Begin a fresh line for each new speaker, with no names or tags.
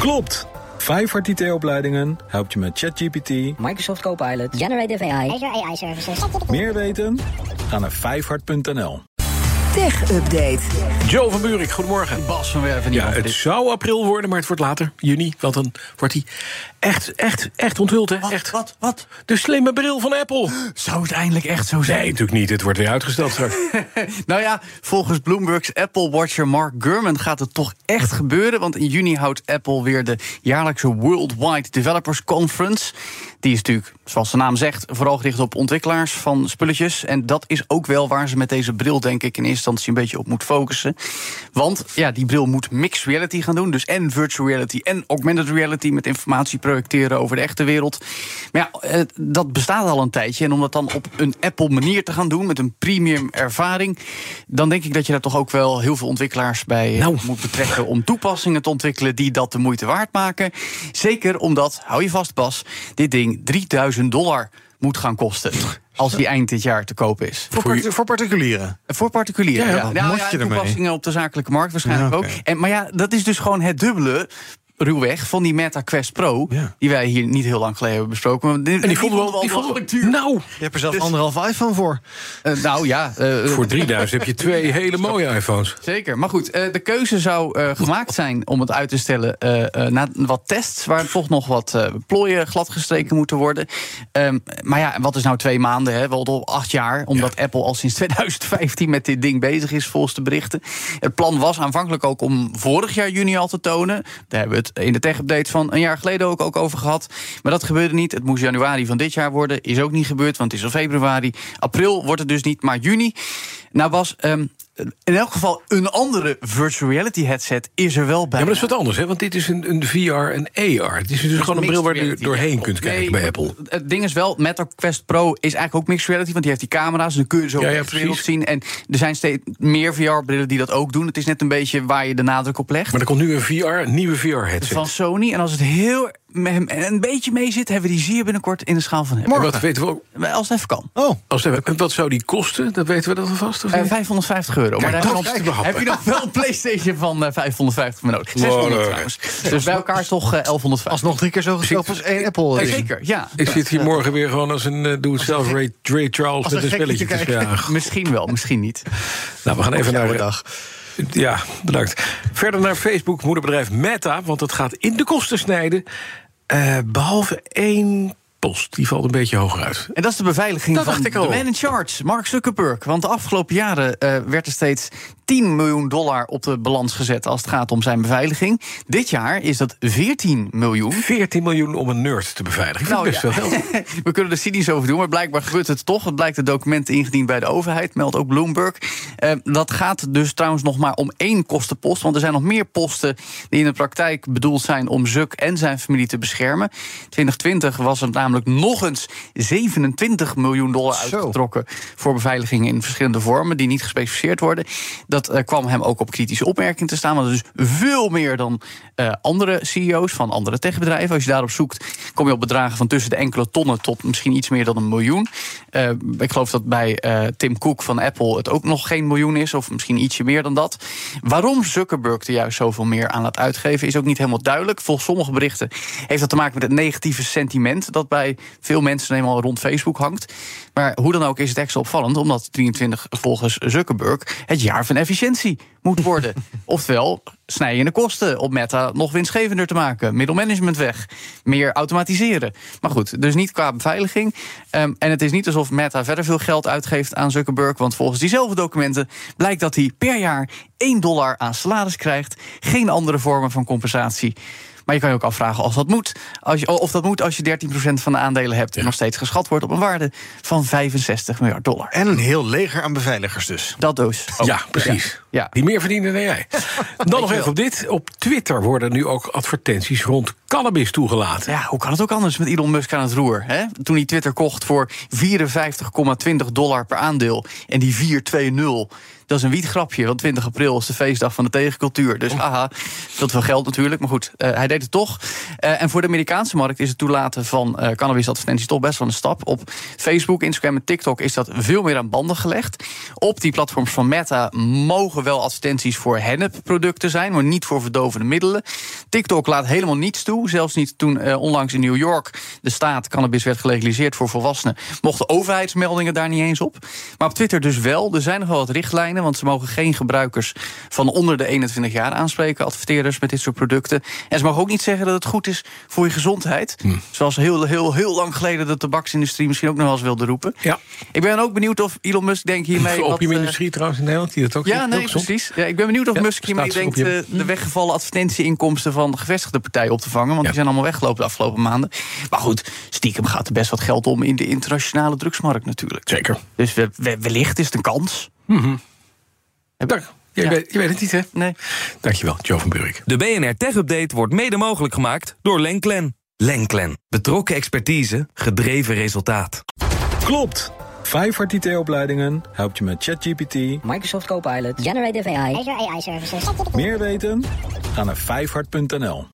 Klopt! Vijfhart IT-opleidingen helpt je met ChatGPT.
Microsoft Copilot, Generative AI,
Azure AI Services.
Meer weten? Ga naar vijfhart.nl.
Tech Update.
Joe van Buurik, goedemorgen.
Bas van Werven.
Ja, het zou april worden, maar het wordt later, juni. Want dan wordt hij echt, echt, echt onthuld, hè? echt.
Wat, wat?
De slimme bril van Apple.
Zou het eindelijk echt zo zijn?
Nee, natuurlijk niet. Het wordt weer uitgesteld straks.
Nou ja, volgens Bloomberg's Apple-watcher Mark Gurman gaat het toch echt gebeuren. Want in juni houdt Apple weer de jaarlijkse Worldwide Developers Conference. Die is natuurlijk, zoals de naam zegt, vooral gericht op ontwikkelaars van spulletjes. En dat is ook wel waar ze met deze bril, denk ik, in eerste instantie een beetje op moet focussen. Want ja, die bril moet mixed reality gaan doen. Dus en virtual reality en augmented reality met informatie projecteren over de echte wereld. Maar ja, eh, dat bestaat al een tijdje. En om dat dan op een Apple-manier te gaan doen, met een premium ervaring, dan denk ik dat je daar toch ook wel heel veel ontwikkelaars bij eh,
Nou.
moet betrekken om toepassingen te ontwikkelen die dat de moeite waard maken. Zeker omdat, hou je vast, Bas, dit ding 3000 dollar moet gaan kosten. Als die eind dit jaar te koop is.
Voor, part- voor particulieren.
Voor
Ja, wat moet
particulieren.
je ermee?
Nou toepassingen op de zakelijke markt waarschijnlijk
Ja, oké.
ook. En, maar ja, dat is dus gewoon het dubbele. Ruwweg van die Meta Quest Pro,
Ja.
die wij hier niet heel lang geleden hebben besproken. En die,
vonden we al- die vonden we- Nou,
Je hebt er
Dus-
zelf anderhalf iPhone voor.
Eh, nou ja, eh,
voor 3000 heb je twee hele mooie iPhones.
zeker. Maar goed, eh, de keuze zou eh, gemaakt zijn om het uit te stellen eh, eh, na wat tests, waar toch nog wat eh, plooien gladgestreken moeten worden. Ehm, maar ja, wat is nou twee maanden? Hè? Wel door acht jaar, omdat Apple al sinds 2015 met dit ding bezig is, volgens de berichten. Het plan was aanvankelijk ook om vorig jaar juni al te tonen. Daar hebben we het in de tech-update van een jaar geleden ook, ook over gehad. Maar dat gebeurde niet. Het moest januari van dit jaar worden. Is ook niet gebeurd, want het is al februari. April wordt het dus niet, maar juni. Nou was in elk geval een andere virtual reality headset is er wel bij.
Ja, maar dat is wat anders, hè? Want dit is een, een VR en AR. Het is dus gewoon een bril waar je
Mixed
doorheen
reality.
kunt kijken
Nee,
bij Apple.
Het ding is wel, Meta Quest Pro is eigenlijk ook mixed reality, want die heeft die camera's. Dan kun je zo
Ja,
ja,
ja,
de wereld
precies.
zien. En er zijn steeds meer VR-brillen die dat ook doen. Het is net een beetje waar je de nadruk op legt.
Maar er komt nu een VR, een nieuwe VR-headset.
Van Sony. En als het heel me- een beetje mee zit, hebben we die zeer binnenkort in de schaal van
En
hebben.
wat weten we ook?
Als het even kan.
Oh,
Als we, en wat zou die kosten? Dat weten we dat alvast? Of
Eh,
niet?
550 euro.
Kijk,
maar
dat
daar
is
heb,
te
je nog,
behappen.
heb je nog wel een PlayStation van eh, 550 voor nodig. 600
Wow, leuk.
trouwens. Dus bij elkaar toch eh, 1150.
alsnog drie keer zo goedkoop als één Apple.
Ja,
ding.
Zeker, ja.
Ik zit hier morgen weer gewoon als een eh, doe-het-zelf Ray, Ray Charles
als een
met een
gek
spelletje te
te kijken.
vragen.
Misschien wel, misschien niet.
Nou, we gaan even naar...
Jouw dag.
Ja, bedankt. Verder naar Facebook, moederbedrijf Meta, want dat gaat in de kosten snijden. Eh, behalve één post, die valt een beetje hoger uit.
En dat is de beveiliging
Dat
van
dacht ik
de
al.
man in charge, Mark Zuckerberg. Want de afgelopen jaren eh, werd er steeds 10 miljoen dollar op de balans gezet... als het gaat om zijn beveiliging. Dit jaar is dat 14 miljoen.
14 miljoen om een nerd te beveiligen. Vind ik best
Nou ja.
wel geld.
We kunnen er cynisch over doen, maar blijkbaar gebeurt het toch. Het blijkt de documenten ingediend bij de overheid, meldt ook Bloomberg. Eh, dat gaat dus trouwens nog maar om één kostenpost. Want er zijn nog meer posten die in de praktijk bedoeld zijn om Zuck en zijn familie te beschermen. 2020 was er namelijk nog eens 27 miljoen dollar
Zo.
uitgetrokken voor beveiliging in verschillende vormen die niet gespecificeerd worden. Dat eh, kwam hem ook op kritische opmerkingen te staan. Want dat is veel meer dan eh, andere CEO's van andere techbedrijven. Als je daarop zoekt, kom je op bedragen van tussen de enkele tonnen tot misschien iets meer dan een miljoen. Eh, ik geloof dat bij eh, Tim Cook van Apple het ook nog geen miljoen is, of misschien ietsje meer dan dat. Waarom Zuckerberg er juist zoveel meer aan laat uitgeven, is ook niet helemaal duidelijk. Volgens sommige berichten heeft dat te maken met het negatieve sentiment dat bij veel mensen eenmaal rond Facebook hangt. Maar hoe dan ook is het extra opvallend, omdat 23 volgens Zuckerberg het jaar van efficiëntie moet worden. Oftewel, snij je de kosten om Meta nog winstgevender te maken. Middelmanagement weg. Meer automatiseren. Maar goed, dus niet qua beveiliging. Ehm, en het is niet alsof Meta verder veel geld uitgeeft aan Zuckerberg. Want volgens diezelfde documenten blijkt dat hij per jaar 1 dollar aan salaris krijgt. Geen andere vormen van compensatie. Maar je kan je ook afvragen of dat moet. Als je, of dat moet als je 13% van de aandelen hebt. En nog steeds geschat wordt op een waarde van 65 miljard dollar.
En een heel leger aan beveiligers dus.
Dat dus.
ja, precies.
Ja.
Die meer verdienen dan jij. Dan nog even op dit. Op Twitter worden nu ook advertenties rond cannabis toegelaten.
Ja, hoe kan het ook anders met Elon Musk aan het roer? Hè? Toen hij Twitter kocht voor 54,20 dollar per aandeel en die 420, Dat is een wietgrapje, want 20 april is de feestdag van de tegencultuur. Dus aha, dat wel geld natuurlijk. Maar goed, eh, hij deed het toch. Eh, en voor de Amerikaanse markt is het toelaten van eh, cannabisadvertenties toch best wel een stap. Op Facebook, Instagram en TikTok is dat veel meer aan banden gelegd. Op die platforms van Meta mogen wel advertenties voor hennepproducten zijn, maar niet voor verdovende middelen. TikTok laat helemaal niets toe. Zelfs niet toen eh, onlangs in New York de staat cannabis werd gelegaliseerd voor volwassenen, mochten overheidsmeldingen daar niet eens op. Maar op Twitter dus wel. Er zijn nog wel wat richtlijnen, want ze mogen geen gebruikers van onder de 21 jaar aanspreken, adverteerders met dit soort producten. En ze mogen ook niet zeggen dat het goed is voor je gezondheid. Zoals heel, heel, heel lang geleden de tabaksindustrie misschien ook nog wel eens wilde roepen.
Ja.
Ik ben ook benieuwd of Elon Musk denkt hiermee. wat, eh,
Opiumindustrie trouwens in Nederland, die dat ook
ja,
heel
nee,
gezond.
precies. Ja, ik ben benieuwd of
Ja,
Musk hiermee
staat op
denkt
je-
eh, de weggevallen advertentieinkomsten van de gevestigde partijen op te vangen. Want
Ja.
die zijn allemaal weggelopen de afgelopen maanden. Maar goed, stiekem gaat er best wat geld om in de internationale drugsmarkt natuurlijk.
Zeker.
Dus we- we- wellicht is het een kans.
Dank. Je,
Ja.
weet, je weet het niet, hè?
Nee.
Dankjewel, Joe van Buurik.
De BNR Tech Update wordt mede mogelijk gemaakt door Lenklen. Lenklen. Betrokken expertise, gedreven resultaat.
Klopt! Vijfhart IT-opleidingen helpt je met ChatGPT.
Microsoft Copilot. Generative AI. Azure AI Services.
Meer weten? Ga naar vijfhart.nl.